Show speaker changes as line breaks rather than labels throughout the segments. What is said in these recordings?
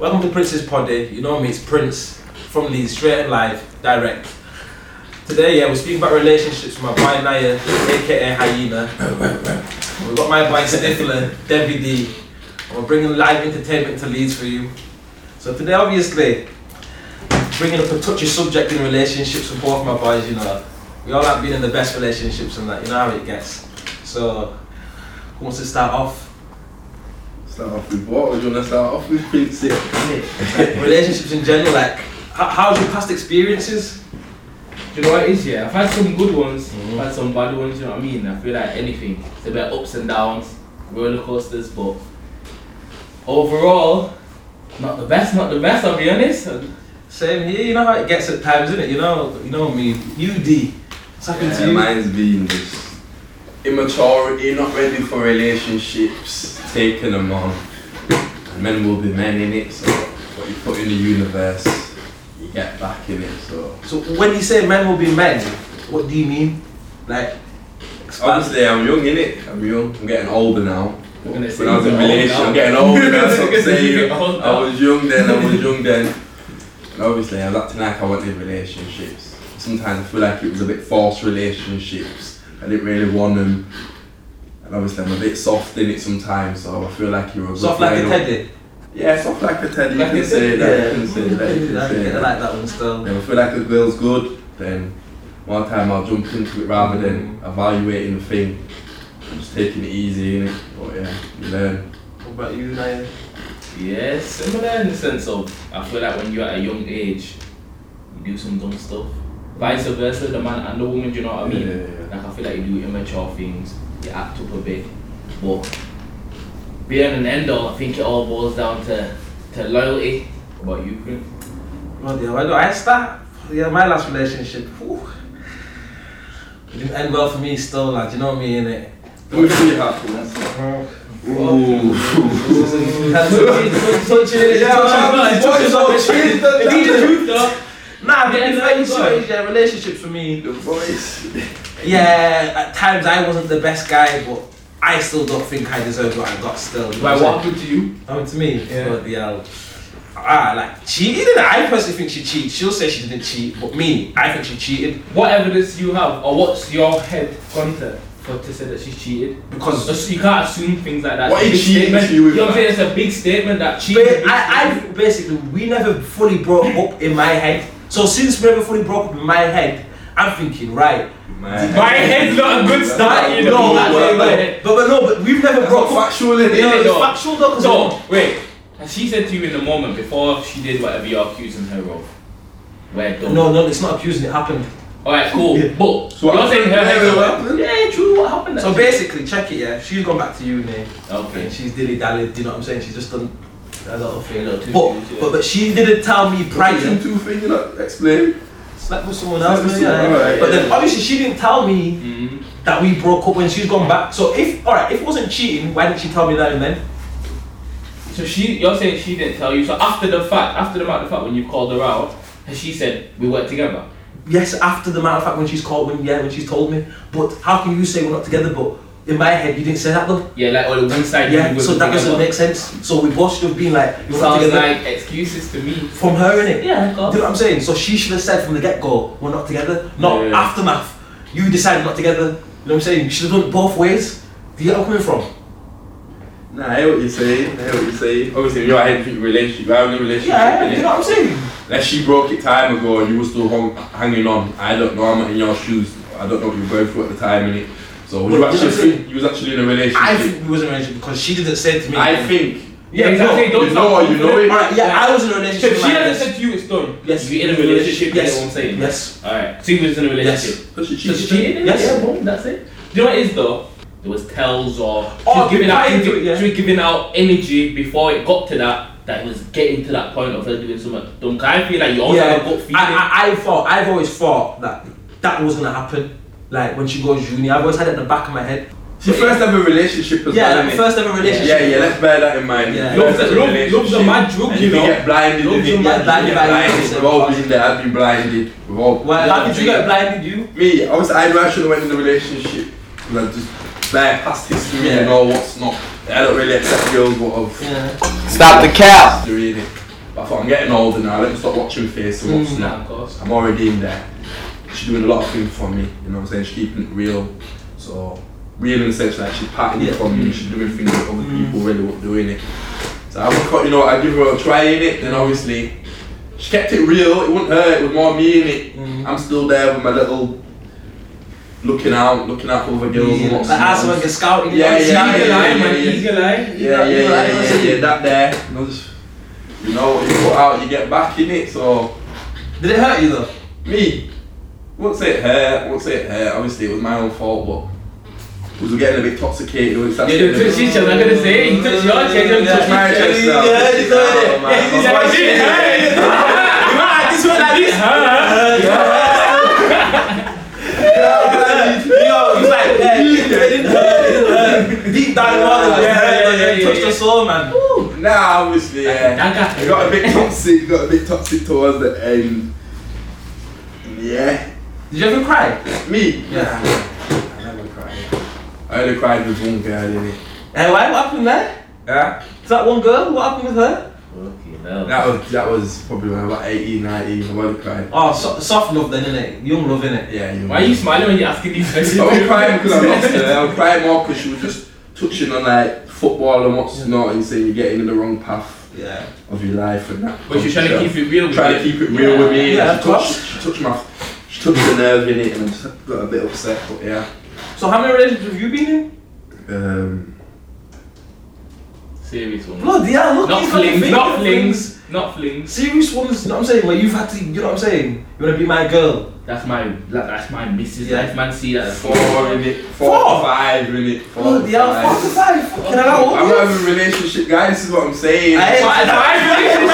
Welcome to Prince's Poddy. You know me, it's Prince from Leeds, straight and live, direct. Today, yeah, we're speaking about relationships with my boy Naya, aka Hyena. We've got my boy Sniffler, Debbie D. And we're bringing live entertainment to Leeds for you. So today, obviously, bringing up a touchy subject in relationships with both my boys, you know. We all like being in the best relationships and that, you know how it gets. So, who wants to start off?
Start off with what? Or do you want to start off with Prince here?
relationships in general, like, how, how's your past experiences?
Do you know what it is? Yeah, I've had some good ones,
Mhm.
Mm-hmm.
I've had some bad ones. You know what I mean? I feel like anything, it's about ups and downs, roller coasters, but overall, not the best. Not the best. I'll be honest.
Same here, you know how it gets at times, isn't it? You know, you know me, UD. What's happened to
Yeah,
you?
mine's been just immaturity, not ready for relationships, taking them on. And men will be men in it, so what you put in the universe, you get back in it. So
So when you say men will be men, what do you mean? Like, expand.
honestly, I'm young in it. I'm young. I'm getting older now.
We're gonna say
When I was in
you're old
relation,
now.
I'm getting older. That's what
You're
I'm saying.
getting old
I
now.
was young then. I was young then. And obviously, I was acting like I wanted relationships. Sometimes I feel like it was a bit false relationships. I didn't really want them. And obviously, I'm a bit soft in it sometimes, so I feel like you were a
Soft
good
like a
lineup.
teddy.
Yeah, soft like a teddy. You
Like
can
a
say
teddy,
that. You can say that. You can say
I
that.
like that one still.
If I feel like a girl's good, then one time I'll jump into it rather than
Mm.
evaluating the thing. Just taking it easy, innit? But yeah, you learn.
What about you, Naya?
Yeah, similar in the sense of I feel like when you're at a young age, you do some dumb stuff. Vice versa, the man and the woman. Do you know what I mean?
Yeah, yeah, yeah.
Like I feel like you do immature things, you act up a bit, but being an end all, I think it all boils down to to loyalty. What about you, Prince?
Well, yeah, why do I start? Yeah, my last relationship. Whew. It didn't end well for me still, lad. You know me, innit?
Which we have to. Ooh.
Touching it,
Yeah, man, touching on the
shit.
If you just hooked up,
Nah, but
Yeah,
in
no,
fact,
it's
so
fine.
yeah, relationships for me.
The voice.
Yeah, at times I wasn't the best guy, but I still don't think I deserved what I got still. You know
Like
what I'm
what happened to you?
Oh, to me.
Yeah.
But yeah. Ah, like cheating. I personally think she cheated. She'll say she didn't cheat, but me, I think she cheated
What evidence you have, or what's your head gone to for to say that she cheated?
because
Just- you can't assume things like that.
What
It's a
is
big
she
statement.
into you with
You know what I'm
that?
saying? It's a big statement that cheating.
ba- I, I basically we never fully broke up in my head. So since we never fully broke up in my head, I'm thinking right.
My head's not a good start, you know.
no,
that's
no,
what
no,
I'm saying.
but, but no, but we've never broke up.
Factual in
You know,
Yeah,
it's
it.
no.
factual though, 'cause-
So wait, has she said to you in the moment before she did whatever you're accusing her of? We're done.
No, no, it's not accusing. It happened.
Alright, cool.
Yeah.
But
So
you're
what-
saying her
wait,
head.
wait, what happened?
Yeah, true. What happened?
So basically, check it. Yeah, she's gone back to uni and
okay.
she's dilly dally. Do you know what I'm saying? She's just done a lot of
A
things.
little too
But,
serious, yeah.
but but she didn't tell me prior.
Two things, you know, explain.
Slept with someone else,
Slept with
yeah.
someone, alright,
but
yeah.
then obviously she didn't tell me
Mhm.
that we broke up when she's gone back. So if alright, if it wasn't cheating, why didn't she tell me that and then?
So she, you're saying she didn't tell you. So after the fact, after the matter of fact, when you called her out, has she said we worked together?
Yes, after the matter of fact when she's called when yeah, when she's told me. But how can you say we're not together? But in my head you didn't say that though.
Yeah, like on the one side.
Yeah,
you were
so that doesn't
together.
make sense. So we both should have been like we're not
Sounds
together
like excuses to me.
from her innit?
Yeah,
Do you know what I'm saying? So she should have said from the get go, we're not together. Not
Yeah.
aftermath. You decided not together. You know what I'm saying? You should have done it both ways. Do you get where I'm coming from?
Nah, I hear what you're saying. I hear what you're saying. Obviously, in your head, you relationship, you're having a relationship.
Yeah, do you
innit?
know what I'm saying?
Unless she broke it time ago and you were still hung, hanging on. I don't know, I'm not in your shoes. I don't know what you were going through at the time, innit? So,
Well, you
was you,
know what I'm
actually, you was actually in a relationship.
I think we was in a relationship because she didn't say to me.
I think.
Yeah,
Yeah, exactly.
no.
Don't
You
stop.
know, you know it.
Alright, yeah, I was in a
So
relationship.
if she
like
hasn't
this.
said to you, it's done.
Yes.
You're in a relationship.
Yes.
You know what I'm saying.
Yes.
All right. So you was in a relationship.
So she
So
cheated.
she cheated.
Yes.
Yeah, boom, that's it. Do you know what it is though? There was tells or she
Oh,
was giving out
prior to
energy,
it, yeah.
she was giving out energy before it got to that. That it was getting to that point of her doing something. Don't I feel like you always have a gut feeling?
I, I, I thought I've always thought that that was gonna happen. Like when she goes uni, I've always had it in the back of my head.
She first ever relationship as
Yeah,
well.
like
innit?
first ever relationship.
Yeah, yeah, let's bear that in mind.
Yeah.
Love's a- love- love's a mad drug,
And
you
if
know.
get blinded,
Love's
if you
a
get
mad
blinded,
drug.
We've all been there, I've been blinded. We've all.
Well,
Yeah,
how did you
yeah.
get blinded? You?
Me, obviously, I knew I should have went in the relationship. And I just bare past history
Yeah.
and know what's not. I don't really accept girls, what of
Yeah.
Stop the cow.
history in it. I'm getting older now. Let me stop watching Face and what's
Mm.
not.
Nah, of course.
I'm already in there. She's doing a lot of things for me, you know what I'm saying? She's keeping it real. So, real in the sense like she's patting it for me, she's doing things that other
Mm.
people really weren't doing it. So, I was, you know, I give her a try in it, then obviously she kept it real, it wouldn't hurt, it was more me in it.
Mm.
I'm still there with my little looking out, looking out for other girls and
Like
what's
ass when you're scouting. you
Yeah,
know,
yeah,
scouting
yeah,
line,
yeah,
man,
yeah.
eagle eye. You
yeah,
know,
yeah,
you know,
yeah,
like,
yeah,
listen,
yeah, that there. You know, just, you know, what you put out, you get back in it, so.
Did it hurt you though?
Me, what's it hair? What's it hair? Obviously, it was my own fault, but we were getting a bit intoxicated. We started
You didn't
getting a
touch
bit-
each other, I'm gonna say. You touched your chest, you didn't touch my
my chest now.
Yeah, you did.
Oh, man.
Yeah, you
That's
did.
why I said-
Hey. You might like this one like this. Yeah. Yo, he's like, yeah, it didn't hurt, it didn't hurt. Deep down it was, it was
Yeah,
hurt,
yeah,
like,
yeah,
it touched
yeah.
the soul, man.
Nah, obviously, yeah.
Dagger.
I got a bit toxic. Got a bit toxic towards the end. Yeah,
Did you ever cry?
me.
Yeah.
Nah, I never cried. I only cried with one girl in it.
Hey, Eh, why? What happened there?
Huh?
Is that one girl? What happened with her?
Fucking hell.
That was that was probably when I was about 18, 19. I only cried.
Oh, so, soft love then, innit? Young love, innit?
Yeah, you.
Why are you smiling when you're asking these questions?
I was crying because I lost her. I was crying more because she was just touching on like football and what's not and saying you're getting in the wrong path
Yeah.
of your life and that.
But you're trying to keep it real with
trying to
it.
keep it real with
Yeah,
me. Yeah,
of
she, touched, she touched my, she touched the nerve in it, and I just got a bit upset. But yeah,
So how many relationships have you been in?
um,
Serious one.
Bloody hell, look
Not
he's got the
flings,
finger
not flings, not flings.
Serious ones, you know what I'm saying? Where you've had to, you know what I'm saying? You wanna be my girl.
That's my, that's my missus
Yeah.
life, man. See that?
four in it, four,
Four?
or five in it, four. or
Bloody hell, five to
five.
five. Can I allow
I'm
all
not
of you?
having a relationship, guys. This is what I'm saying.
Hey,
Five-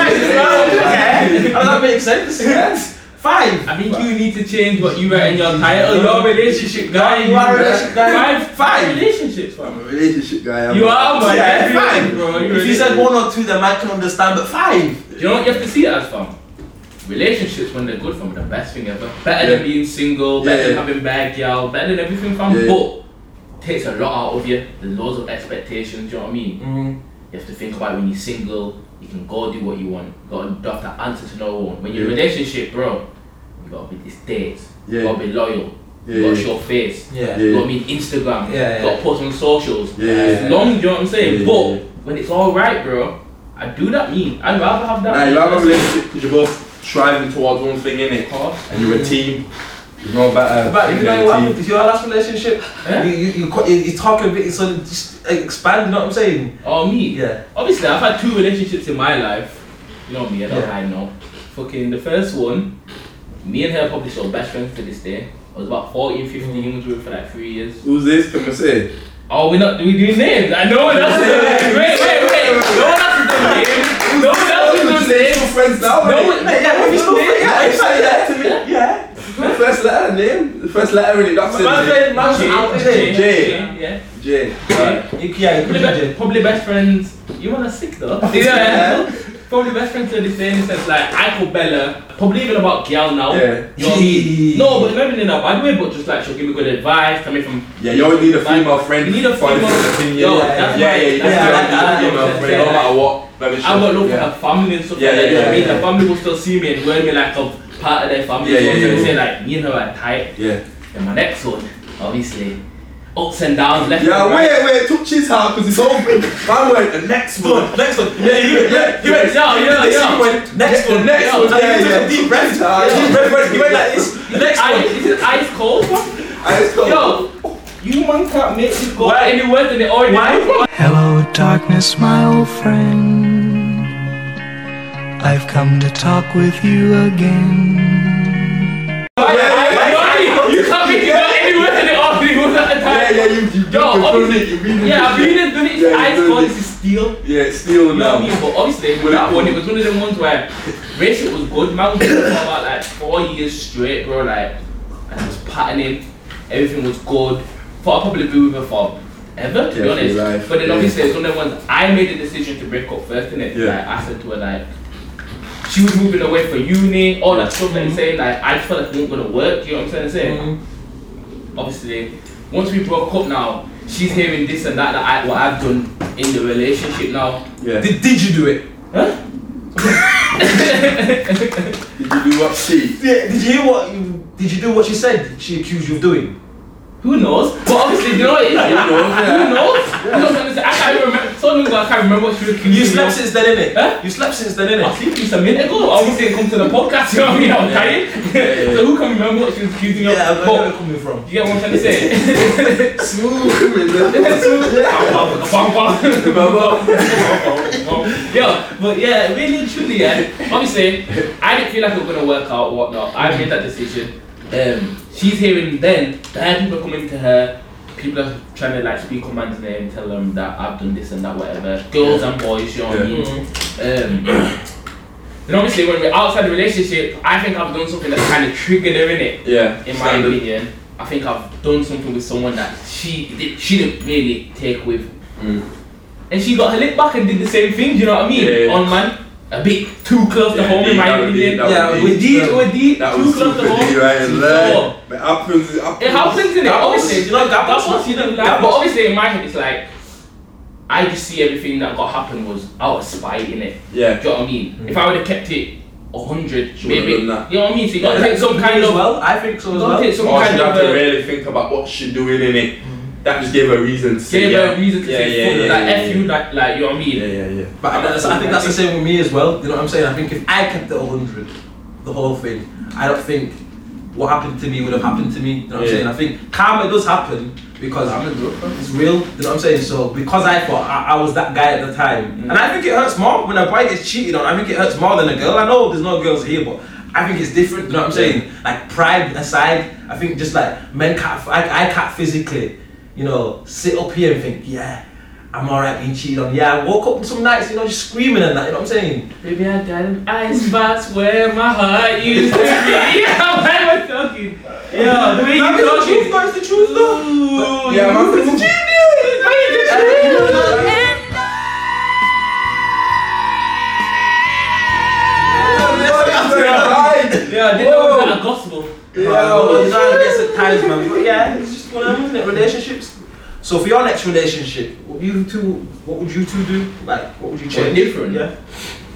five.
Okay. How does that make sense? Yes. Five.
I think you need to change what oh, you write in your title. Your relationship guy.
You are a relationship guy.
Five, five relationships, fam.
I'm a relationship guy. I'm
You are, man.
Yeah,
You're
five.
related, bro. You're
If you said
related.
one or two, then I can understand, but five.
Do you know what you have to see it as, fam? Relationships, when they're good, fam, the best thing ever. Better than
Yeah.
being
Yeah,
single, better
yeah.
than having bad gal, better than everything, fam.
Yeah.
But takes a lot out of you. There's loads of expectations. Do you know what I mean?
Mm.
You have to think about when you're single, you can go do what you want. You gotta you don't have to answer to no one. When you're in a
Yeah.
relationship, bro, you gotta be distinct. You
Yeah.
gotta be loyal.
Yeah,
You gotta
yeah.
show face.
Yeah.
Yeah.
You gotta be on Instagram.
Yeah, yeah.
You gotta post on socials.
Yeah,
It's
yeah.
long, you know what I'm saying?
Yeah,
but
yeah.
when it's alright, bro, I do that me. I'd rather have that.
Nah, you have a relationship because you're both striving towards one thing, innit? And you're a team. There's no better.
But you
than
know
a
what
team.
happened? It's your last relationship.
Yeah.
You, you, you, co- you, you talk a bit, so just expand, you know what I'm saying?
Or me.
Yeah.
Obviously, I've had two relationships in my life. You know me, I don't
Yeah.
hide no. Fucking the first one, me and her probably still best friends to this day. I was about 14, 15, we were for like three years.
Who's this? Can we say?
Oh, we're not, we doing names. I know one else is doing names. Wait, wait, wait. No one else is doing names. No one else is doing
Name
names.
your friends now.
No,
innit?
Yeah, yeah,
What's
still
the name?
yeah,
You say that to me.
Yeah.
The first letter, name. The first letter in it. That's
Man's
it.
been- man's
Jay,
out
Jay,
there.
Jay.
Jay, Yeah.
J.
Jay.
Alright.
You- Yeah, you could
Probably,
be
be-
Jay.
probably best friends. You wanna sick though.
Yeah.
Yeah. Probably best friends to this day in the sense like I call Bella. Probably even about Gyal now.
Yeah.
You know what I mean?
Gee.
No, but not even in a bad way, but just like she'll give me good advice, coming from
Yeah, you always need a female friend.
You need a
for
female-
different opinion.
Yo,
yeah,
that's
yeah,
my-
yeah, you
that's
definitely
my-
need a
that's
female
my-
friend, no
yeah.
matter what. Very
I
sure.
would look
Yeah.
at her family and stuff
Yeah,
like that.
yeah,
I mean,
yeah.
the family will still see me and wear me like a part of their family.
Yeah, yeah,
so
yeah,
they say
yeah.
like me and her are tight.
Yeah.
And my next one, obviously, ups and downs, left
Yeah,
and right.
wait, wait, touch his heart because it's all big. I went the next one.
Next one. Yeah, you
Yeah,
you went.
Yeah, yeah,
This
yeah.
went
Next one.
Next
Yeah.
one.
And
Yeah,
you took
yeah.
a deep breath.
Yeah.
You went like- you went like this. The next
I,
one.
is it ice cold? bro?
I just got-
Yo, you man can't make this go Why? any worse than it already Why?
Hello, darkness, my old friend. I've come to talk with you again.
Why?
Yeah,
Why?
yeah,
Why? You can't make it go any worse than it already was at a
Yeah,
time.
yeah, you, you,
Yo,
you've done
obviously-
it, you've been in
Yeah,
it.
I've been doing it. It's
Yeah, you've
ice
done
cold,
it.
it's steel.
Yeah, still
You know what I
now.
mean? But obviously, with that one, it was one of them ones where Rachel was good. Man was good for about like four years straight, bro. Like, and I was patterning. Everything was good. Thought I'd probably be with her for ever, to
Yeah,
be
for
honest.
your life,
But then
yeah.
obviously, it's one of the ones I made the decision to break up first, innit?
Yeah.
Like, I said to her, like, she was moving away for uni, all that stuff,
Mm-hmm.
and saying, like, I just felt like it wasn't gonna work, you know what I'm saying? saying?
Mm-hmm.
obviously once we broke up now she's hearing this and that that I, what I've done in the relationship now
Yeah.
Did, did you do it?
huh
Did you do what she?
Yeah, did you hear what you, did you do what she said she accused you of doing?
Who knows? But obviously, you know what it is.
Who knows, yeah.
Who knows? You know what I'm saying? I can't even remember. So long ago, I can't remember what she was
You
accusing me
slept
of.
since then, innit?
Huh?
You slept since then,
I
innit?
think just a minute ago. I obviously didn't come to the podcast. You know what I mean? I'm
Yeah.
dying.
yeah, yeah.
so who can remember what she was accusing me of?
Yeah, I know where
but,
you're coming from.
you get what I'm trying to say?
Smooth.
yeah, but yeah, really, truly, yeah. Obviously, I didn't feel like it was gonna work out, or whatnot. I made that decision. Um, she's hearing then that people are coming to her. People are trying to like speak on man's name, tell them that I've done this and that, whatever. Girls and boys, you know what I
Yeah.
mean. Um, and obviously, when we're outside the relationship, I think I've done something that's kind of triggered her in it
Yeah.
in my
standard.
opinion, I think I've done something with someone that she did, she didn't really take with,
Mm.
and she got her lip back and did the same thing. Do you know what I mean?
Yeah, yeah.
On man, a bit too close to
Yeah,
home in
indeed,
my
that would be-
opinion.
that would
Yeah,
be-
we
With these, with these,
That
too
was
close
super D
to home.
right
No.
there. But happens. It happens.
It happens in it, obviously.
you know, that,
That's
that's
what
what
you
you
know.
know.
Like, but obviously, in my head, it's like I just see everything that got happened was out of spite in it. Do
Yeah.
you know what I mean? If I would have kept it hundred,
Hmm. She would've
maybe. You
done
know
that.
what I mean? So you got to take some kind
as
of.
well. I think so
you
as
gotta
well.
take some
Or
kind
she'd
of.
Oh, have to
uh,
really think about what she's doing in it. That just gave her a reason to say
gave
yeah.
her a reason to
yeah,
say
yeah,
fuck
yeah,
that
yeah,
F you, like, like, you know what I mean?
Yeah, yeah, yeah.
But I, that's, I think that's the same with me as well. You know what I'm saying? I think if I kept it 100, the whole thing, I don't think what happened to me would have happened to me. You know what I'm
Yeah.
saying? I think karma does happen because I'm a drug, it's real. You know what I'm saying? So because I thought I, I was that guy at the time, and I think it hurts more when a boy gets cheated on. I think it hurts more than a girl. I know there's no girls here, but. I think it's different, you know what I'm saying? Like pride aside, I think just like men can't, I, I can't physically, you know, sit up here and think, yeah, I'm alright being cheated on. Yeah, I woke up some nights, you know, just screaming and that, you know what I'm saying?
Baby, I got an ice box where my heart used to be. Yeah, why am I talking? Yeah, the way
That
you
is
talk
the truth, that is
is.
the truth though.
Ooh,
Yeah, man,
you- the way
it's-
you talk is- Yeah, they know it's not a gospel.
Well, you know how it gets at times, man. But yeah, it's just one of them, isn't it? Relationships. So for your next relationship, what you two, what would you two do? Like, what would you change?
different.
Yeah.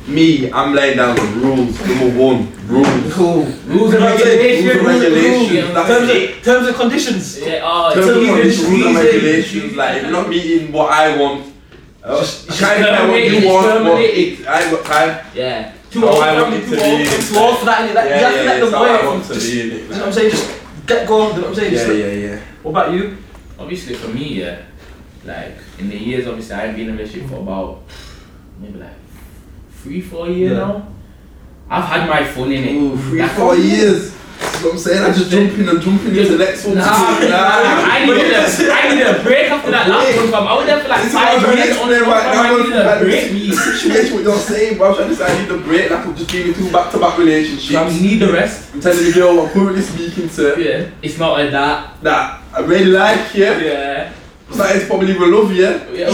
Me, I'm laying down the rules. Number one, rules.
Cool.
Rules
You
and
know what I'm saying?
regulations.
Rules and regulations,
rules,
that's
Terms
it.
of, terms and conditions.
Yeah, oh,
Terms
it's
and
easy,
conditions,
it's
rules and
easy.
regulations, like if not meeting what I want, uh, I can't care what
terminated,
you want, but
terminated.
it, I ain't got time.
Yeah. Too
How
old
Oh, I
for
want
me,
it
too
to
old.
be.
It's law for that, innit? Like,
Yeah,
you have to
yeah,
let
it's
them
how I
work.
want to
Just,
be in
you
it.
know what I'm saying? Just get going. You know what I'm saying?
Yeah,
Just
yeah, yeah.
What about you?
Obviously, for me, yeah, like in the years, obviously, I've been in a relationship for about maybe like three, four years
Yeah.
now. I've had my fun in it.
Ooh, three,
That's-
four years. That's what I'm saying. I just jump in and jump in into the next one.
Nah, I needed a, I needed a break after that last one. fam. I was there for like
This is what I'm
five
trying to
years on the
explain right
I
now.
needed a break.
The situation what you're saying, bro. I'm trying to say I need a break. That could just give me two back-to-back
I
relationships.
need the rest.
I'm telling the girl I'm currently speaking to
Yeah, it's not like that.
that I really like you.
Yeah.
That is probably will love you.
Yeah.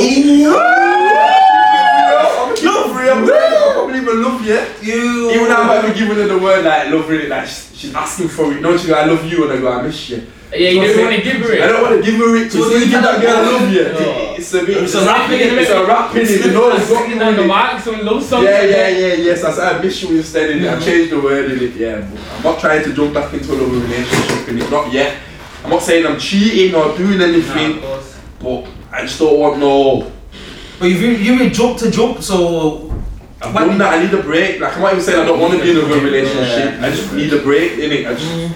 I'm keeping free. I'm saying I probably will love you.
You.
Even though I've ever given her the word like love really like she's she's asking for it. No, she go I love you and I go I miss you.
Yeah, you
That's
didn't
it.
want to give her
I
it.
don't want to give her it.
So
So
you
you give
cannot
that girl I love you.
No.
It's a bit.
It's a rap,
innit?
It's a rap in it. No, it's got
Singing on the
really.
mic, some love song.
Yeah, yeah, yeah, yes. I said I miss you instead. In it. I changed the word in it. Yeah, but I'm not trying to jump back into another relationship in it. Not yet. I'm not saying I'm cheating or doing
Nah, of
anything,
course.
but I just don't want no.
But you you mean jump to jump, so
I've
What-
done that. I need a break. Like I'm not even saying I don't want to be in a relationship. I just need a break in it. I just.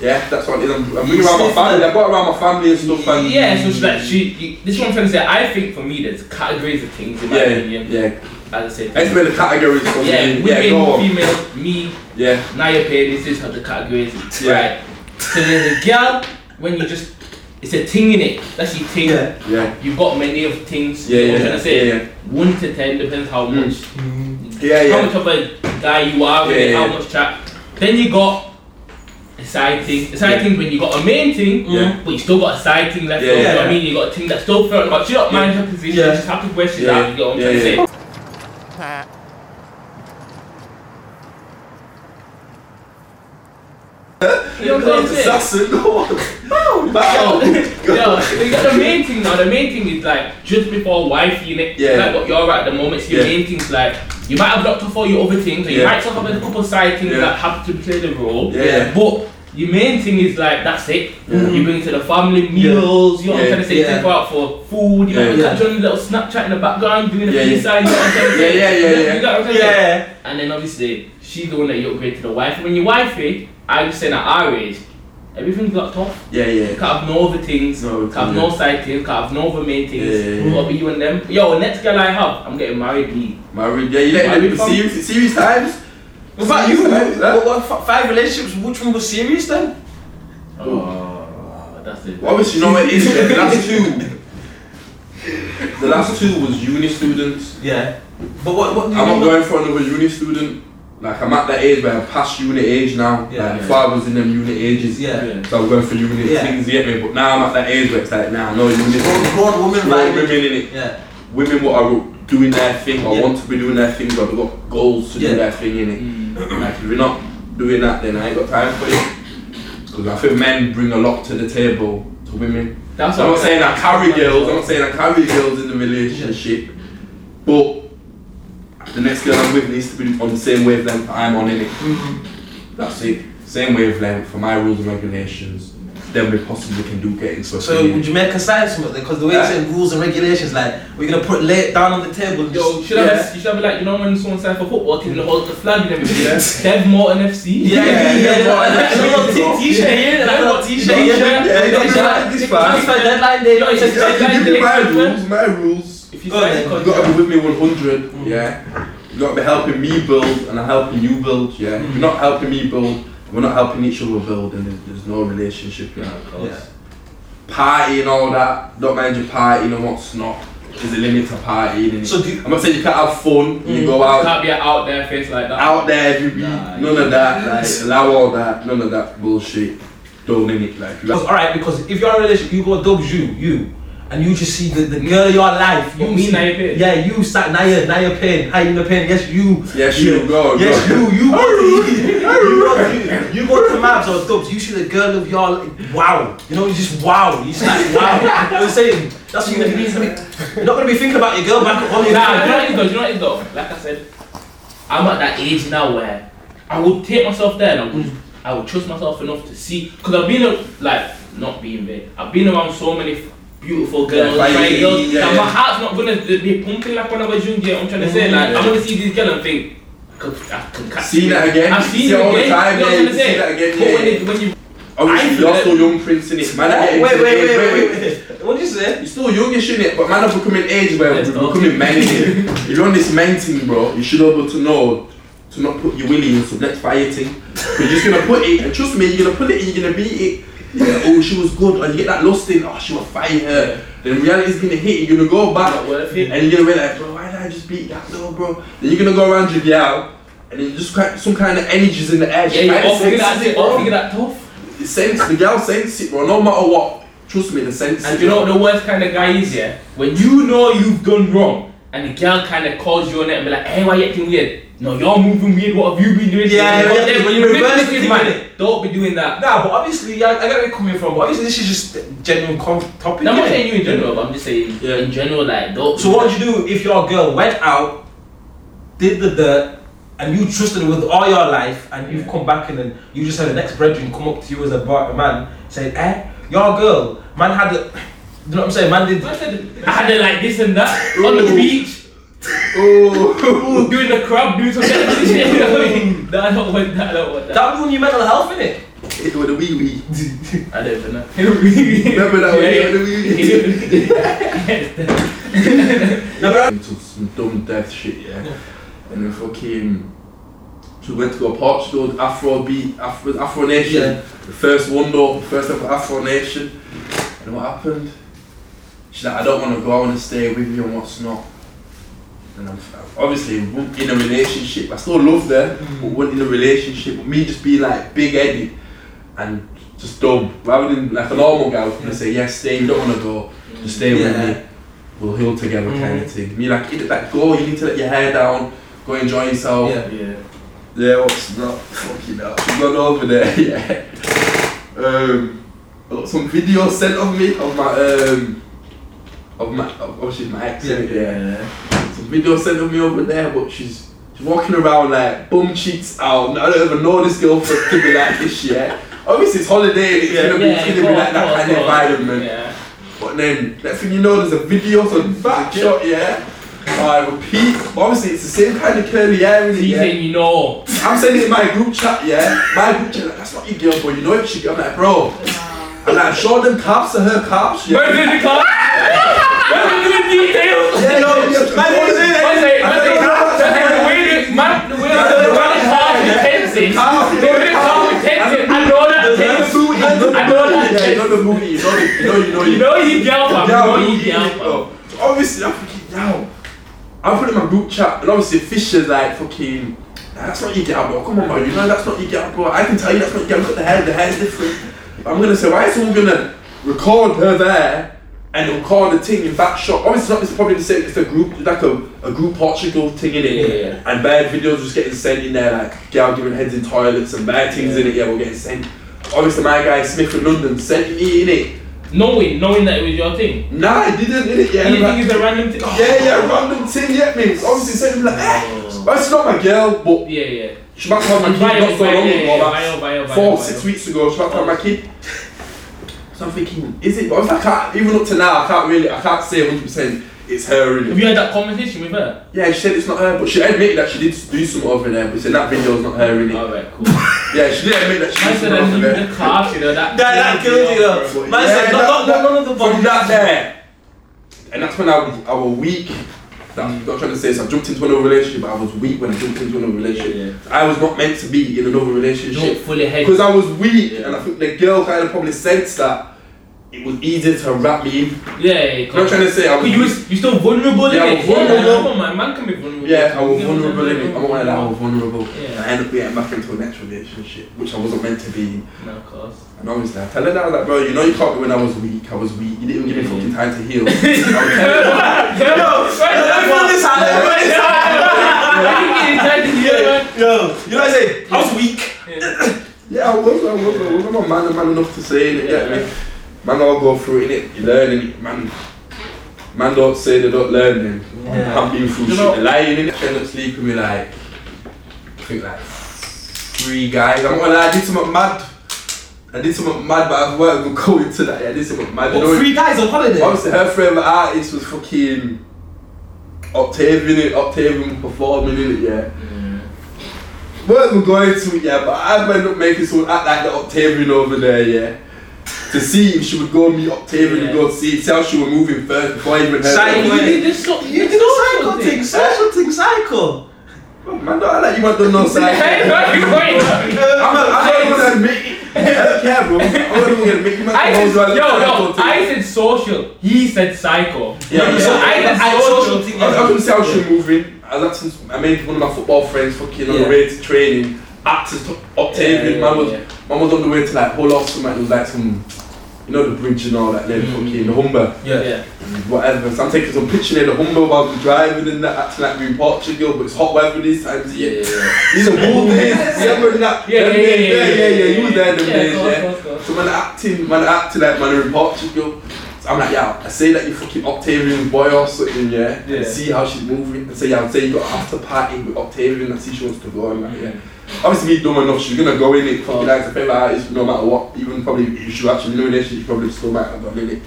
Yeah, that's what it is. I'm, I'm moving around my family. I've got around my family and stuff. And
Um, Yeah, so it's like she. You, this is what I'm trying to say. I think for me, there's categories of things in my
yeah,
opinion.
yeah.
As I said,
Let's make the categories for
yeah,
me.
women,
Yeah, go on.
female, me,
Yeah.
Naya Pay, this is how the categories.
Yeah.
Right. So there's a girl when you just it's a thing in it. That's your thing.
Yeah.
Yeah.
You've got many of things.
Yeah,
you know what I'm
yeah,
trying to say
yeah, yeah.
one to ten depends how
Mm.
much
Yeah,
how
yeah.
much of a guy you are,
Yeah,
really,
yeah,
how
yeah.
much chat. Then you got a side thing. A side
Yeah.
thing when you got a main thing,
Yeah.
but you still got a side thing left.
Yeah,
over, you know
yeah.
what I mean? You got a thing that's still fair about. She don't mind her position.
Yeah.
She's happy where she's
Yeah,
at. You know what I'm
yeah,
trying to say.
yeah.
You know what I'm saying?
Assassin, no. Bow,
Yo,
bow.
yo, so you got the main thing now. The main thing is like just before wifey, you know,
Yeah.
like what you're at the moment. So your
Yeah.
main thing's like You might have looked up for your other things, and you
Yeah.
might talk about a couple side things
Yeah.
that have to play the role.
Yeah. Mm-hmm.
But your main thing is like that's it.
Yeah.
You bring it to the family meals. You know what
Yeah.
I'm trying to say?
Yeah.
Take out for food. You
Yeah.
might be
Yeah.
catching a little Snapchat in the background doing a
Yeah,
peace
yeah.
sign. You know what I'm trying to say?
Yeah, yeah, yeah,
You
yeah.
got what I'm trying to say?
Yeah.
And then obviously she's the one that you upgrade to the wife. When your wife is, I would say at our age, everything's locked off.
Yeah,
You
yeah.
can't have no other things.
No other
can't have
thing,
no
yeah.
side things. Can't have no other main things.
Yeah, yeah,
It's gotta be you and them. Yo, next girl I have, I'm getting married. Me.
Married, yeah, you let
Married
it
fam.
serious, serious times.
What about you?
Serious times,
What,
huh?
what, f- five relationships, which one was serious then?
Oh, that's it.
Obviously, you know what it is. yeah, The last two, the last two was uni students.
Yeah. But what, what do you
I'm not
remember?
going for another uni student. Like I'm at that age where I'm past uni age now.
Yeah.
like before I was in them uni ages.
Yeah.
Yeah.
So I'm going for uni
Yeah.
things, you get me? But now I'm at that age where it's like now no uni.
Grown- Grown woman
Grown
vibe.
women in it.
Yeah.
Women what are doing their thing or
Yeah.
want to be doing their thing or they've got goals to
Yeah.
do their thing in it.
Mm.
Like if you're not doing that, then I ain't got time for it. Because I think men bring a lot to the table to women.
That's
I'm not saying I carry girls. I'm not
saying
saying I carry girls in the relationship, but the next girl I'm with needs to be on the same wavelength that I'm on in it.
Mm-hmm.
That's it. Same wavelength for my rules and regulations. Then we possibly can do get into a
So
thing.
would you make a side from it? Because the way you
Yeah.
said rules and regulations, like we're gonna put lay it down on the table. And
Yo,
just,
should I be, you should I be like, you know when someone signed for football team, they hold the flag and everything? Dev Morton FC?
yeah, yeah, yeah,
Yeah,
yeah.
yeah,
yeah,
yeah.
yeah, yeah, yeah.
T- T-shirt here, like,
Yeah,
little
T-shirt,
T-shirt.
yeah,
yeah, yeah,
T-shirt.
yeah.
T-shirt.
Transfer deadline day.
Yo, it's a-
Yeah, you give me my
Like, like,
rules, my rules.
If you
Go
sign
then.
the
You gotta
contract,
be with me 100.
Mm-hmm.
Yeah. You gotta be helping me build, and I'm helping you build. Yeah.
Mm-hmm.
If you're not helping me build, we're not helping each other build, and there's, there's no relationship. Yeah.
Yeah.
Party and all that. Don't mind your partying and what's not. There's a limit to partying. innit?
So do you-
I'm not saying you can't have fun. and
Mm.
You go
you
out.
can't be an out there face like that.
out there every week.
Nah,
none of that, like allow all that, none of that bullshit. Don't in it, like. you
Because
have-
all right, because if you're in a relationship, you go dubs you, you, and you just see the, the girl of your life. You
But me,
see-
now you're paying.
Yeah, you sat now you're now you're paying, hiding the pain. Yes, you.
Yes, you go.
Yes,
go.
you. You go. to- you go. to- You go to Mavs or dubs. You see the girl of your li- wow. You know, you just wow. You just like wow. you know what I'm saying? That's what you're gonna be. You're gonna be- you're not gonna be thinking about your girl back at home.
Nah, do you know what it is though? Do you know what it is though? Like I said, I'm at that age now where I would take myself there and I would, I would trust myself enough to see. Because I've been, a, like, not being there, I've been around so many beautiful girls,
Yeah,
bright
yeah,
girls,
yeah,
that
yeah.
my heart's not going to be pumping like when I was young, yeah, I'm trying to say. Like, I'm going to see these girls and think, I could- I can catch
Seen that again.
I've
You
seen
see
it
it all the
again.
time,
you know
yeah,
what I'm
you see
saying?
that again,
But when,
yeah.
it, when you
Obviously,
I-
you're still young, Prince, in it. Man, are
Wait,
getting
wait,
to the
wait,
age
wait,
where-
wait, wait. What did you say?
You're still youngish in it, but man, I've become an age where
Yes,
we're
dog.
becoming men in it. If you're on this men thing, bro, you should be able to know to not put your willy in some next fire thing. You're just gonna put it, and trust me, you're gonna put it, and you're gonna beat it. Yeah, oh, she was good, or you get that lust in, oh, she was fire. Then reality's gonna hit, you're gonna go back,
Not worth it.
and you're gonna be like, bro, why did I just beat that girl, bro? Then you're gonna go around your gal, and then you just kind some kind of energies in the air.
yeah,
She
you
kinda
all figure
senses
that,
it,
all
bro.
figure that tough.
The sense, the gal sense it, bro. No matter what, trust me, the sense.
And
it,
you know
bro.
what the worst kind of guy is, yeah? When you know you've done wrong and the girl kind of calls you on it and be like, hey, why you acting weird? No, you're moving weird, what have you been doing?
Yeah,
But
yeah,
then
yeah,
when
you
you're
reverse
with
the
your
thing,
man,
innit?
Don't be doing that.
Nah, but obviously, yeah, I, I get where you're coming from. But obviously, this is just genuine com- topic.
No, I'm not
innit?
saying you in general, but I'm just saying
Yeah.
in general, like, don't.
So what would you do if your girl went out, did the dirt, and you trusted her with all your life, and you've come back and then you just had the next brethren come up to you as a, bar- a man, saying, "Eh, your girl, man had a, you know what I'm saying, man did."
I said- I had it like this and that on the
Ooh.
beach,
Oh.
doing the crab, doing some kind of shit. You know what I mean? No, I don't want that. I don't want that.
That ruined your mental health, innit?
Hit with a wee wee.
I don't even know.
Remember that
Yeah,
one?
yeah.
Into some dumb death shit, yeah. And then fucking. So we went to go party store, Afro beat, Afro, Afro Nation.
Yeah.
The first one though, first ever Afro Nation. And what happened? She's like, I don't want to go, I want to stay with you and what's not. And I'm obviously in a relationship. I still love her, but weren't in a relationship. Me just be like big headed and just dumb. Rather than like a normal guy, I was gonna say, yes, stay, you don't want to go, just stay
Yeah.
with me. We'll heal together kind of thing. Me like, it- like, go, you need to let your hair down, go enjoy yourself.
Yeah.
Oh. Yeah.
Yeah, what's not fucking up? She got over there, yeah. Um, I got some videos sent of me of my um, of my of, oh she's my ex, yeah. yeah. Some videos sent of me over there, but she's She's walking around like bum cheeks out. I don't even know this girlfriend could be like this yet. Obviously, it's holiday. and It's gonna be, it's gonna be like that kind of environment.
Yeah.
But then, next thing you know, there's a video of a back shot, yeah? I repeat, obviously it's the same kind of curly hair, is
He's
yeah?
saying you know.
I'm saying it in my group chat, yeah? My group chat, like, that's not your girl, but you know it's your girl. I'm like, bro. And I showed them calves to her calves, yeah?
Where's the car? Where's the details?
Yeah, no, yeah, man, they say that.
Man, they- man, they-
I said,
man, the way the- man, the way the- the way the car pretends it.
Calves,
The way the car pretends it. I know that
There's
taste.
no booty, there's no
I know
booty.
that
Yeah, you
taste.
know the booty, you know the- you know, you know,
You know you yell, fam. You
Yeah,
know
I'm
you
eating
yell,
it,
fam.
bro. So obviously, I'm freaking down. I'm putting my boot chat, and obviously, Fisher's like, fucking, nah, that's not your gal, bro. Come on, bro. You know that's not your gal, bro. I can tell you that's not your gal. Look at the hair, the hair's different. I'm gonna say, why is someone gonna record her there and record the thing in back shot? Obviously, it's not, it's probably the same, it's a group, it's like a, a group Portugal thing in it.
Yeah, yeah.
And bad videos just getting sent in there, like gal giving heads in toilets and bad things in it, yeah, we're getting sent. Obviously, my guy Smith from London sent me in it.
Knowing, knowing that it was your thing.
Nah, I didn't, in it, yeah.
And you
I'm like-
think it's a random thing?
yeah, yeah, random thing, yeah, me. Obviously, said him like, eh, well, it's not my girl, but
Oh, Yeah, yeah.
she might have had my kid
Bio,
not so
bio,
long
yeah,
ago,
yeah,
like
bio, bio, bio,
four,
bio.
six weeks ago, she might have had my kid. So I'm thinking, is it? But I was like, I can't, even up to now, I can't really, I can't say 100% it's her,
Have
really.
you had that conversation with her?
Yeah, she said it's not her, but she admitted that she did do something over there, but she said that video's not her, really.
Alright, cool. I
Yeah, she did admit that she did
said
something
I
over
knew
there.
the class, you know, that.
That, that killed you
bro.
though. Man
Yeah,
said, not,
that-
not, none of the
From
bodies.
that there. And that's when I was, I was weak. That's what I'm trying to say. So I jumped into another relationship, but I was weak when I jumped into another relationship. I was not meant to be in another
Don't
relationship.
fully head.
Because I was weak, and I think the girl kind of probably sensed that it was easier to wrap me in.
Yeah, yeah, yeah.
I'm not trying to say I was
Because you
weak.
was, you're still vulnerable
Yeah,
in
I was
it. Yeah, man,
vulnerable.
come on, man. Man can be vulnerable.
Yeah, I was
Yeah,
vulnerable in it. I'm not like that, I was vulnerable. And
Yeah.
I ended up getting back into a next relationship, which I wasn't meant to be in.
No, of course.
And obviously, I tell her that, I was like, bro, you know you caught me when I was weak. I was weak. You didn't give me fucking time to heal. I was telling her.
Yo, you know what I say? I was weak.
Yeah, I was, I was, I was. I'm a man, a man enough to say it, yeah. get me? Man, I'll go through it, innit? You learn it, man. Man don't say they don't learn them.
Yeah.
I've been through
You
shit.
know-
They're lying, innit? End up sleeping with like, I think like three guys. I'm not gonna lie, I did something mad. I did something mad, but I've worked with going to that. Yeah, I did something mad. You know,
But three guys on holiday.
Obviously, her favourite artist was fucking Octavian, it, Octavian performing it, yeah.
Mm.
Weren't we going to it, yeah, but I ended up making someone act like the Octavian over there, yeah. To see if she would go meet Octavian
Yeah.
and go see, see how she was moving first before even her.
Sign
You
Wait.
did this so-
You
this
did a
social
cycle thing, social thing, cycle.
Oh, Man, don't act like you want to know
Hey,
side.
no, you're right.
I'm not, I'm not gonna admit it. I don't care, bro. I'm not gonna admit it. Man,
I
I'm
said,
not
yo,
gonna
no,
admit
I
it.
said social. He said psycho.
Yeah, yeah.
So I
Yeah,
said
I-
social.
social thing.
I was, I was gonna see how she was moving. I was acting, I made one of my football friends fucking on
Yeah.
the way to training. Actors, Octavian,
Yeah,
man was,
yeah.
man was on the way to like pull off something. It was like some, you know, the bridge and all that. Then
Mm.
fucking the Humber,
Yeah.
whatever. So I'm taking some picture near the Humber while we're driving and that, acting like we're in Portugal, but it's hot weather these times. Yeah, these are cool days. Yeah, but that,
Yeah,
them
yeah,
days,
yeah,
yeah,
yeah,
yeah, You was there them
yeah,
days,
of course,
yeah.
of course.
So man acting, man acting like man in Portugal. So I'm like, yeah, I say that you fucking Octavian boy or something, yeah.
Yeah.
See how she's moving. I say, yeah, I'm saying you got after party with Octavian. I see she wants to go. I'm like, yeah. Obviously, me dumb enough, she's gonna go in it. Fucking like a favorite artist, no matter what. Even probably if she actually knew this, she probably still might have gone in it.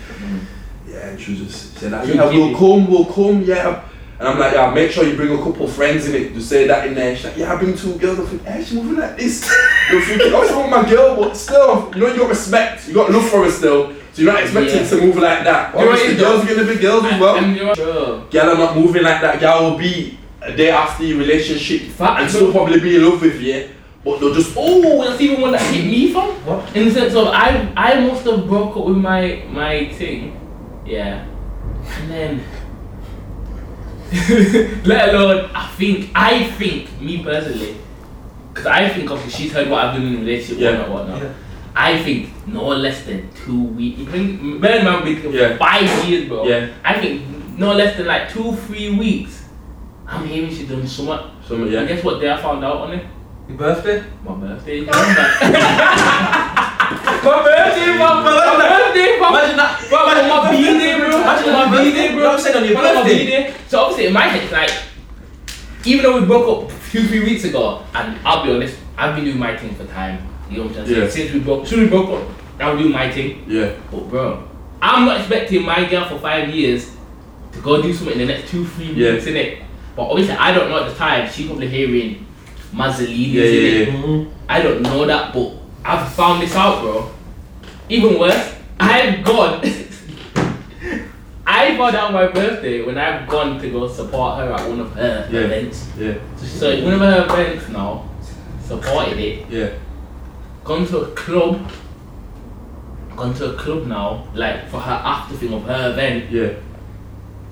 Yeah, and Mm-hmm. she was just said, like,
You
yeah,
keep
we'll
it.
come, we'll come, yeah. And I'm like, yeah, make sure you bring a couple friends in it. Just say that in there. She's like, yeah, I bring two girls. I think, eh, she moving like this. You're thinking, oh, it's not my girl, but still, you know, you got respect. You got love for her still. So you're not expecting
Yeah.
to move like that.
You're
Obviously,
right,
girls are gonna be girls as well.
And you're- Bro.
Girl are not moving like that. Girl will be a day after your relationship
Fact.
and still probably be in love with you. But they'll just, oh,
Oh, that's even one that hit me from.
What?
In the sense of I, I must have broke up with my my thing, yeah, and then. Let alone, I think, I think, me personally, because I think obviously she's heard what I've been in a relationship with
Yeah.
and whatnot.
Yeah.
I think no less than two weeks. Bear in mind, we've been
Yeah.
together five years, bro.
Yeah.
I think no less than like two, three weeks. I'm hearing she done so much.
so
And
yeah.
guess what day I found out on it?
Your birthday?
My birthday. my birthday, my, my birthday, my,
Imagine that.
bro,
imagine
my birthday, bro.
Imagine my birthday, bro. I'm saying on your
my
birthday.
birthday. So obviously in my head, like, even though we broke up two, three weeks ago, and I'll be honest, I've been doing my thing for time. You know what I'm saying?
Yeah.
Since we broke, since we broke up, I'll do my thing.
Yeah.
But bro, I'm not expecting my girl for five years to go do something in the next two, three
Yeah.
weeks in it. But obviously, I don't know at the time. She probably hearing Mazzolini.
Yeah, yeah, yeah.
I don't know that, but I've found this out, bro. Even worse, I've gone. I found out my birthday when I've gone to go support her at one of her
Yeah.
events.
Yeah.
So one of her events now supported it.
Yeah.
Gone to a club. Gone to a club now, like for her after thing of her event.
Yeah.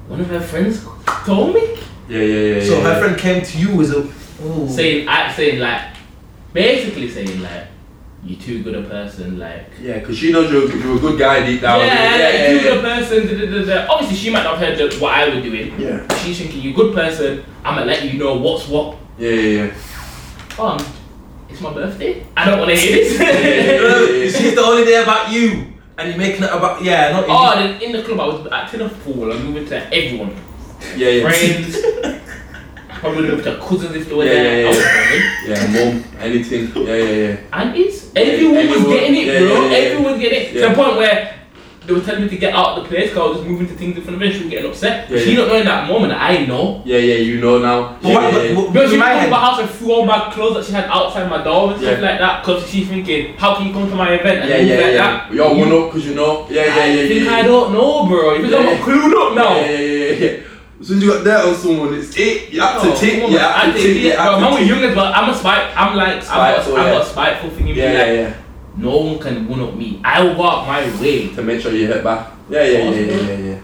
One of her friends told me,
Yeah, yeah, yeah.
So
yeah,
her
yeah.
friend came to you as a. oh. Ooh.
saying, I saying like, basically saying like, you're too good a person, like.
Yeah, because she knows you're, you're a good guy deep down.
yeah,
yeah,
you good
yeah.
person. Da, da, da, da. Obviously, she might not have heard that what I was doing.
Yeah.
She's thinking, you good person. I'm gonna let you know what's what.
Yeah, yeah, yeah.
Um, it's my birthday. I don't want to hear this.
No, she's the only day about you, and you're making it about yeah, not.
oh, then in the club, I was acting a fool. I'm moving to everyone,
Yeah, yeah.
friends. Probably moved to cousins if they were
Yeah,
there.
yeah,
Oh, I was
yeah.
friends.
Yeah, mum, anything. Yeah, yeah, yeah.
Aunties, everyone was
everyone.
getting it,
Yeah,
bro.
yeah, yeah.
Everyone was getting it
Yeah.
to the point where they were telling me to get out of the place because I was just moving to things in front of me. She was getting upset.
Yeah,
she
yeah.
not knowing that moment that I know.
Yeah, yeah, you know now.
But what,
yeah, yeah, yeah.
but- but
Because she
in my
came to
head,
my house and threw all my clothes that she had outside my door and stuff
Yeah.
like that because she's thinking, how can you come to my event and
Yeah,
move
yeah,
like
yeah.
that?
You're one up because you know. Yeah, yeah,
I
yeah,
think
yeah.
I don't know, bro. You think
Yeah.
I'm clued up now?
Yeah, yeah, yeah, yeah, yeah. As soon as you got that on someone, it's it. You have
No,
to tick.
come
You
on, Oh, I
have to
think-
tick. You
bro,
have
man,
to
we're
tick.
young as well. I'm a spite. I'm like,
Spiteful,
I've got, I've
yeah.
got spiteful thing in me.
Yeah, yeah,
like,
yeah.
No one can one up me. I will walk my way.
To make sure you hit back. Yeah, yeah, yeah, yeah, yeah, yeah.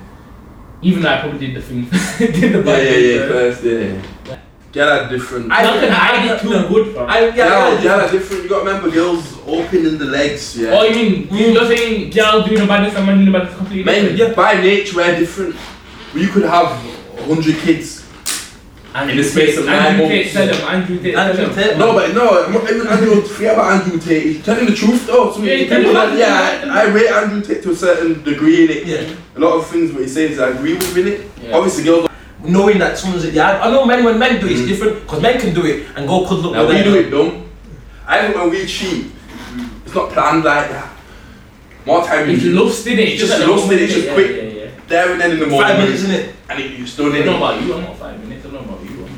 Even though I probably did the thing, did the
Yeah,
bad
yeah,
thing,
yeah.
bro.
First, yeah. yeah. Get a different.
I-
Nothing I
I-
did too
no.
good, bro.
I, yeah,
yeah,
yeah,
yeah, yeah, different. You got to remember, girls opening the legs. Yeah.
Oh, you mean you- you're saying girl doing the badness and man doing the badness completely?
Men,
different?
yeah. by nature, we're different. You could have hundred kids.
And
In the space of nine
Andrew
months.
Tate said them. Andrew Tate said
Andrew
them.
Tate.
No, but no, I'm not even Andrew. Forget about Andrew Tate. He's telling the truth, though. So
Yeah,
many
he can
people
do
like,
that.
yeah, I, I rate Andrew Tate to a certain degree in it.
Yeah.
A lot of things what he says, I agree with in it.
Yeah.
Obviously, girls.
knowing that someone's yeah, I I know men when men do it, it's
Mm.
different because men can do it and go cuddle
Now
up
we
with
do
them.
it dumb. I think when we cheat, it's not planned like that. More time
It's
you
lost in it.
It's just lost in it, it's just
yeah,
quick.
Yeah, yeah, yeah.
there and then in the morning,
Five minutes, isn't it?
and it, you're still
I
in
don't know
it.
about you. I'm not five minutes. I don't know about you. I'm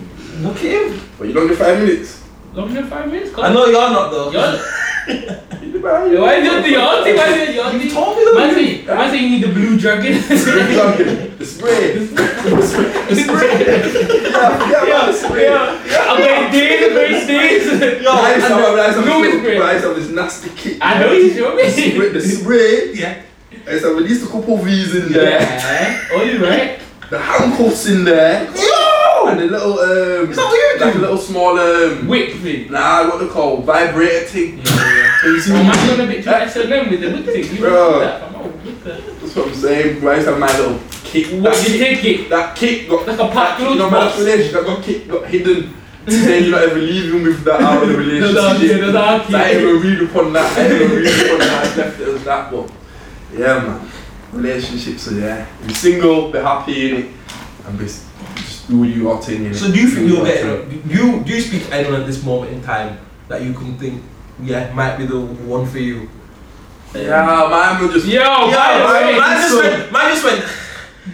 Look at him.
But you don't get five minutes.
longer than five minutes. come
I know you're not though.
on. You're-
You buy it.
Why is it the auntie? Why is it the auntie?
You told me though.
Man say, man say you need the blue dragon.
You're joking. The spray. Yeah, forget about the spray.
yeah. I'm going days. I'm going days.
Yo,
I
and-
used
no, it's
to
great.
have this nasty kick.
I know you show
The spray-
me.
The spray.
yeah.
I used to have at least a couple of V's in there.
Yeah. Oh, you right?
The handcuffs in there. And the little um.
that what you
Like a
do?
little small um.
Whip thing.
Nah, what they call vibrator thing. Can you see
Oh,
me?
man's gonna be too S&M with the whip thing. You
Bro.
know that. I'm not with that.
That's what I'm saying. Bro, I used to have my little kick.
What
That
you
kick-
take it?
That kick got.
Like a packed
You know,
lunch
my
box.
last relationship that got kicked got hidden. Then you're not ever leaving with that out of the
The donkey,
relationship.
the donkey.
I didn't even read upon that. I didn't even read upon that. I left it as that. But yeah, man, relationships. So yeah, be single, be happy in it, and be s- just do your thing. innit?
So do you think
Do
you're
your
better?
thing.
Do you do you speak to anyone at this moment in time that you can think yeah might be the one for you?
Yeah, man, we're just
Yo, by
yeah,
the way,
man, man just
so-
went. Man just went.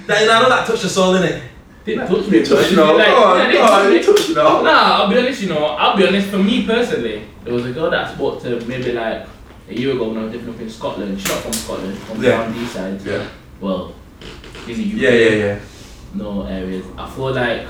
That I know that touched your soul, innit?
They touch me,
You touch
bro.
now.
Like,
Come
yeah,
on,
they
come
touch
on,
me.
you touch now.
Nah, I'll be honest, you know, I'll be honest, for me personally, there was a girl that I spoke to maybe like a year ago when I was living up in Scotland. She's not from Scotland, from
Yeah.
down these sides.
Yeah,
Well, in the UK,
yeah, yeah, yeah.
no areas. I feel like,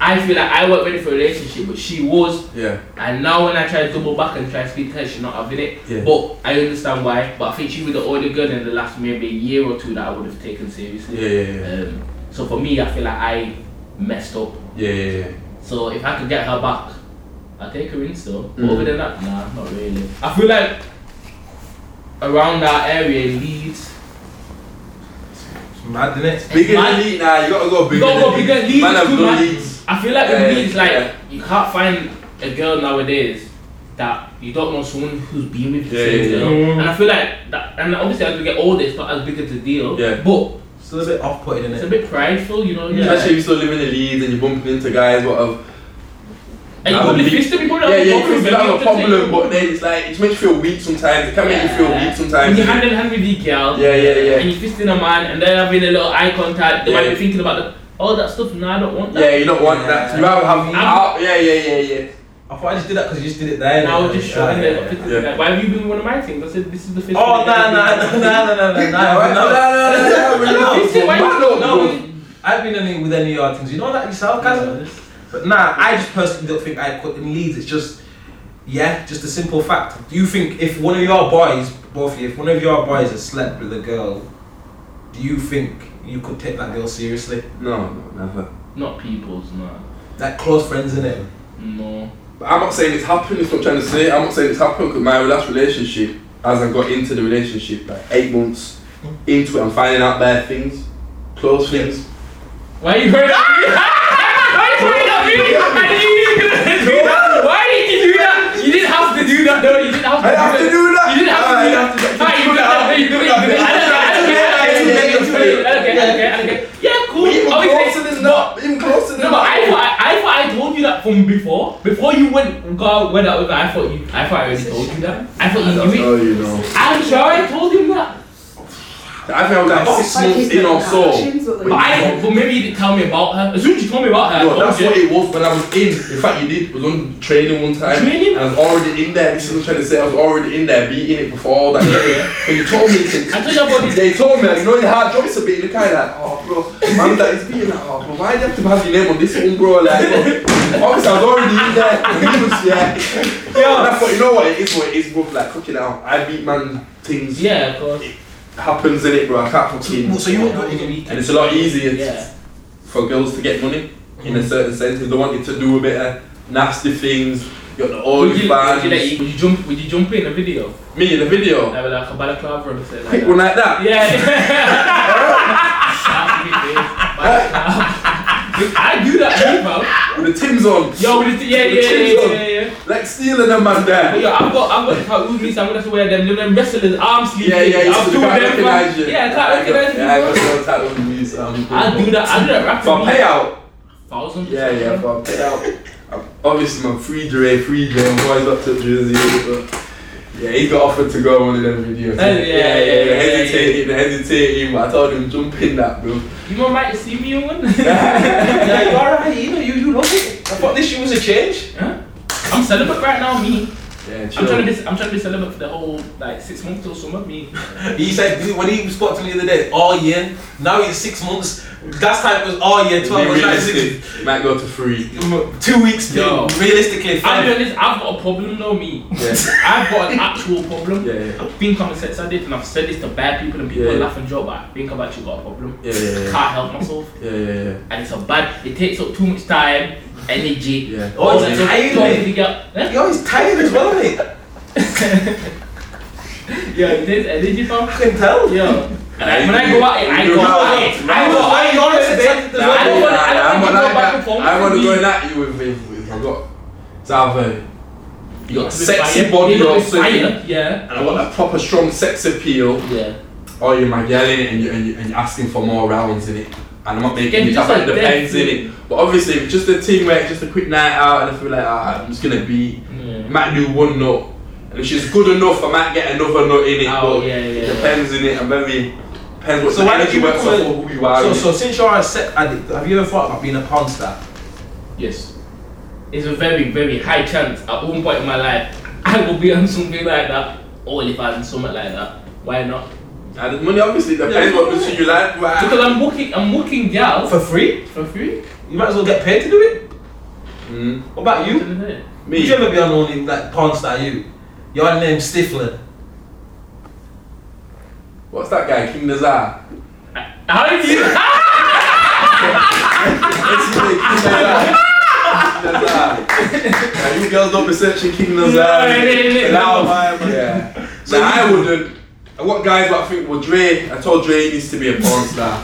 I feel like I wasn't ready for a relationship, but she was.
Yeah,
And now when I try to double back and try to speak to her, she's not having it.
Yeah.
But I understand why. But I think she was the only girl in the last maybe year or two that I would have taken seriously.
yeah, yeah,
Um, so for me, I feel like I messed up
yeah, yeah, yeah, yeah.
so if I could get her back, I'd take her in still. But
Mhm.
Other than that, nah, not really. I feel like around our area Leeds.
It's mad, innit?
Bigger
Man-
than Leeds, nah. You gotta go
You
bigger.
gotta go
than
bigger
Leeds.
Leeds
Man,
too,
I've
man.
done Leeds.
I feel like with
Yeah,
Leeds like
yeah.
you can't find a girl nowadays that you don't know someone who's been with the
Yeah,
same
yeah,
girl.
yeah.
And I feel like that and obviously as we get older it's not as big as a deal.
Yeah.
But
Still a bit off-putting,
it's
innit?
a bit prideful, you know, yeah.
Especially if you're still living in Leeds and you're bumping into guys what have
And you
That would
probably
be-
fist him, you probably
Yeah,
have a
yeah, you
problem,
could
but
have a
you just say-
problem, but then it's like, it makes you feel weak sometimes. It can make you feel weak sometimes.
When you're hand in hand with the girl,
Yeah, yeah, yeah.
and you're fisting a man, and they're having a little eye contact, they might
Yeah.
be thinking about the, all that stuff. No, I don't want
Yeah,
that.
you don't want that. You rather have.
I'm-
out- yeah, yeah, yeah, yeah.
I thought I just did that because you just did it there.
And I was just shouting
Yeah.
there.
yeah.
Like, why have you been one of my things? I said, this is the fist.
Oh,
that
no,
I
no, no,
did.
no, no, no,
Alright,
no, no.
no, no,
No,
Fist it, why you-
no,
no,
no.
I've been any with any of your things. You know that yourself, Kaz? But nah, I just personally don't think I could in Leeds. It's just, yeah, just a simple fact. Do you think if one of your boys, both of you, if one of your boys has slept with a girl, do you think you could take that girl seriously?
No, no, never.
Not people's, man.
Like close friends, innit?
No.
But I'm not saying it's happened, that's what I'm trying to say. I'm not saying it's happened because my last relationship, as I got into the relationship, like eight months into it, I'm finding out bad things, close things.
Why are you hurt at me? Why are you hurt at me? I didn't do that. Why did you do that? You didn't have to do that, no, you didn't have to
I have to do that!
You didn't have to
I
do
have to do
that. Why you do that? You do it, you do it. I don't care, I don't care, I don't care, I don't care, I don't care, I don't care, I don't care. Yeah, cool.
Even
Obviously,
closer than that! Even closer
No,
than
but I
that!
thought I, I thought I told you that from before. Before you went got went out with her, I thought you I thought I already told you that. I thought
I
you
don't
knew
know,
it.
Oh, you know.
I'm sure I told him that.
I think I was like six months in or so.
But I but maybe you didn't tell me about her. As soon as you told me about her, I
No,
told
that's
you.
what it was when I was in. In fact, you did. was on training one time.
Training?
And I was already in there. This is what I'm trying to say. I was already in there, beating it before all that. when you told me, to,
I told you about this
they told me, like, you know, the hard job is a bit. Look at that. Oh, bro. Man, that is being like, oh, bro, why do you have to have your name on this one, bro? Like, bro, obviously, I was already in there. You was, yeah. And I thought, you know what? It is what it is, bro. Like, fucking hell. I beat man things.
Yeah, of course.
Happens in it, bro. I can't fucking.
So you won't do it again.
And it's a lot easier
Yeah.
for girls to get money in a certain sense. If they wanted to do a bit of nasty things, you got the old
Would you,
fans.
would, you like, would you jump? Would you jump in a video?
Me in the video.
Like, with, like a balaclava or something like
Pick one
that.
like that.
Yeah. I do that, too, bro.
With the Tim's on.
Yo, with the, yeah, yeah, yeah, yeah, yeah, yeah.
Like stealing them man
But
there.
yo, I've got, I've got tattoos, means I'm gonna have to wear them, them wrestlers arm sleeves.
Yeah, yeah, you
I'll
still
do
can't
them,
recognise
bro.
you.
Yeah, I can't recognize
Yeah, I
you,
got
bro.
no title on me, so I'm
I do that. I do that rap
For payout.
Thousand.
Yeah, yeah, for payout. I'm- Obviously, my free Dre, free Dre, I'm always up to Jersey. But yeah, he got offered to go on one of them videos.
Hell yeah, yeah, yeah, yeah,
hesitating, hesitating, but I told him, jump in that, bro.
You might might see me in one.
yeah, you are right. You know, you, you love it. I thought this year was a change.
I'm celibate right now, me.
Yeah, chill.
I'm trying to be, I'm trying to be celibate for the whole like six months till summer, me.
He said when he spoke to me the other day, all year. Now it's six months. Last time it was all year.
Be
Twelve was like six.
realistic, it might go to three.
Two weeks.
Yo.
Realistically,
I'll
five.
be honest, I've got a problem though, me.
Yeah,
I've got an actual problem.
yeah, yeah.
I think I'm a sex addict and I've said this to bad people and people
Yeah.
laugh and joke, but I think I've actually got a problem.
Yeah, yeah, yeah.
Can't help myself.
Yeah, yeah, yeah.
And it's a bad it takes up too much time, energy.
Yeah.
All
Oh,
that
it's
stuff,
tiring.
talking to girl- Huh?
Yo, he's tired as well, mate.
Yeah, it takes energy from
I can tell.
Yo. And I, when I
you-
go out, I
you
go
know-
out. I go out. I go out.
You're
I
accepted
go
as
out.
well.
I'm
I don't want. I don't want to
gonna
go back
go-
and forth.
I'm gonna
with
go in
me.
at you with, with, with I got to have a you got a
With
sexy
fire.
body
Yeah,
or
with fire.
something, and
Yeah.
I want that proper strong sex appeal.
Yeah.
Or you're my girl innit, and you and, you, and you're asking for more rounds in it, and I'm not
Yeah,
making you
just
tap like
like
the
that.
pens in it. But obviously, if it's just a team where it's just a quick night out, and I feel like ah, I'm just gonna be might do one nut, and if she's good enough, I might get another nut in it.
Oh,
but
yeah, yeah,
it
yeah.
depends in it. I'm very depends what
So
the
why did
energy
you
works
become
off
a-
of who you are.
So,
innit?
so since you're a sex addict, have you ever thought about being a porn star?
Yes. It's a very, very high chance at one point in my life I will be on something like that. Or if I'm on something like that. Why not?
And the money obviously depends
Yeah.
what position you like.
Because
But
I'm working I'm working girls
For free?
for free.
You might as well get paid to do it.
mm,
What about you?
me,
Would you ever be on only like porn star? You, your name Stifler.
what's that guy? King Nazar.
How did you
Let's see, King Nazar. King Nazar. Now, you girls don't be searching King Nazar.
No, no, no, no.
Now, yeah. So I wouldn't. And what guys what I think? Well, Dre. I told Dre he needs to be a porn star.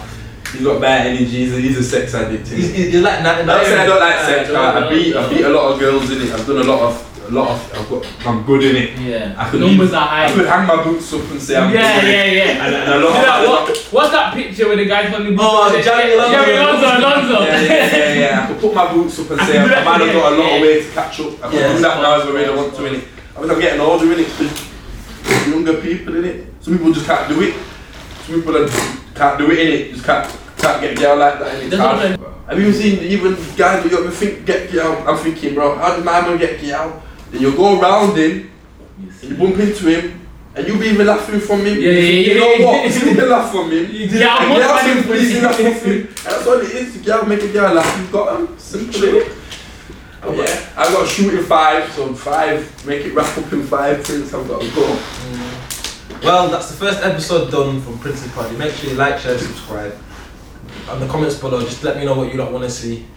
He's got bad energy. He's a, he's a sex addict.
He's,
innit?
he's, he's like
Not saying I don't like
Uh,
sex.
no,
I, I
no,
beat
no.
I beat a lot of girls in it. I've done a lot of a lot of I've got, I'm good in it.
Yeah.
I could
Numbers
leave-
are high.
I could hang my boots up and say
yeah,
I'm
yeah,
good in
yeah,
it. And, and a
You
lot
know
of,
that- what, what's that picture with the guy from the
Oh,
Yeah,
Gianni Alonso.
Gianni Alonso, Alonso.
Yeah, yeah, yeah, yeah. I could put my boots up and
I
say
could
I've
do that
got
today.
a lot
Yeah.
of way to catch up. I could
Yeah.
do that now if I really want to in it. I mean, I'm getting older in it. Younger people in it. Some people just can't do it. Some people are, can't do it in it. Just can't can't get a girl like that in it.
That's what I'm saying.
Have you seen even guys that you ever think get girl? I'm thinking, bro, how did my man get girl? Then you go round him, you bump into him. And you be even laughing from him.
Yeah, yeah, yeah,
You know
yeah.
what? You be laugh from him.
Yeah, I
And
want
girl
money
think
for
he's
you.
laugh from him. And that's all it is. Girl make a girl laugh. You've got him. Simple. Oh, yeah. I've got a shooting five, so five. Make it wrap up in five since I've got to go.
Well, that's the first episode done from Princeton Party. Make sure you like, share, subscribe. And the comments below, just let me know what you lot want to see.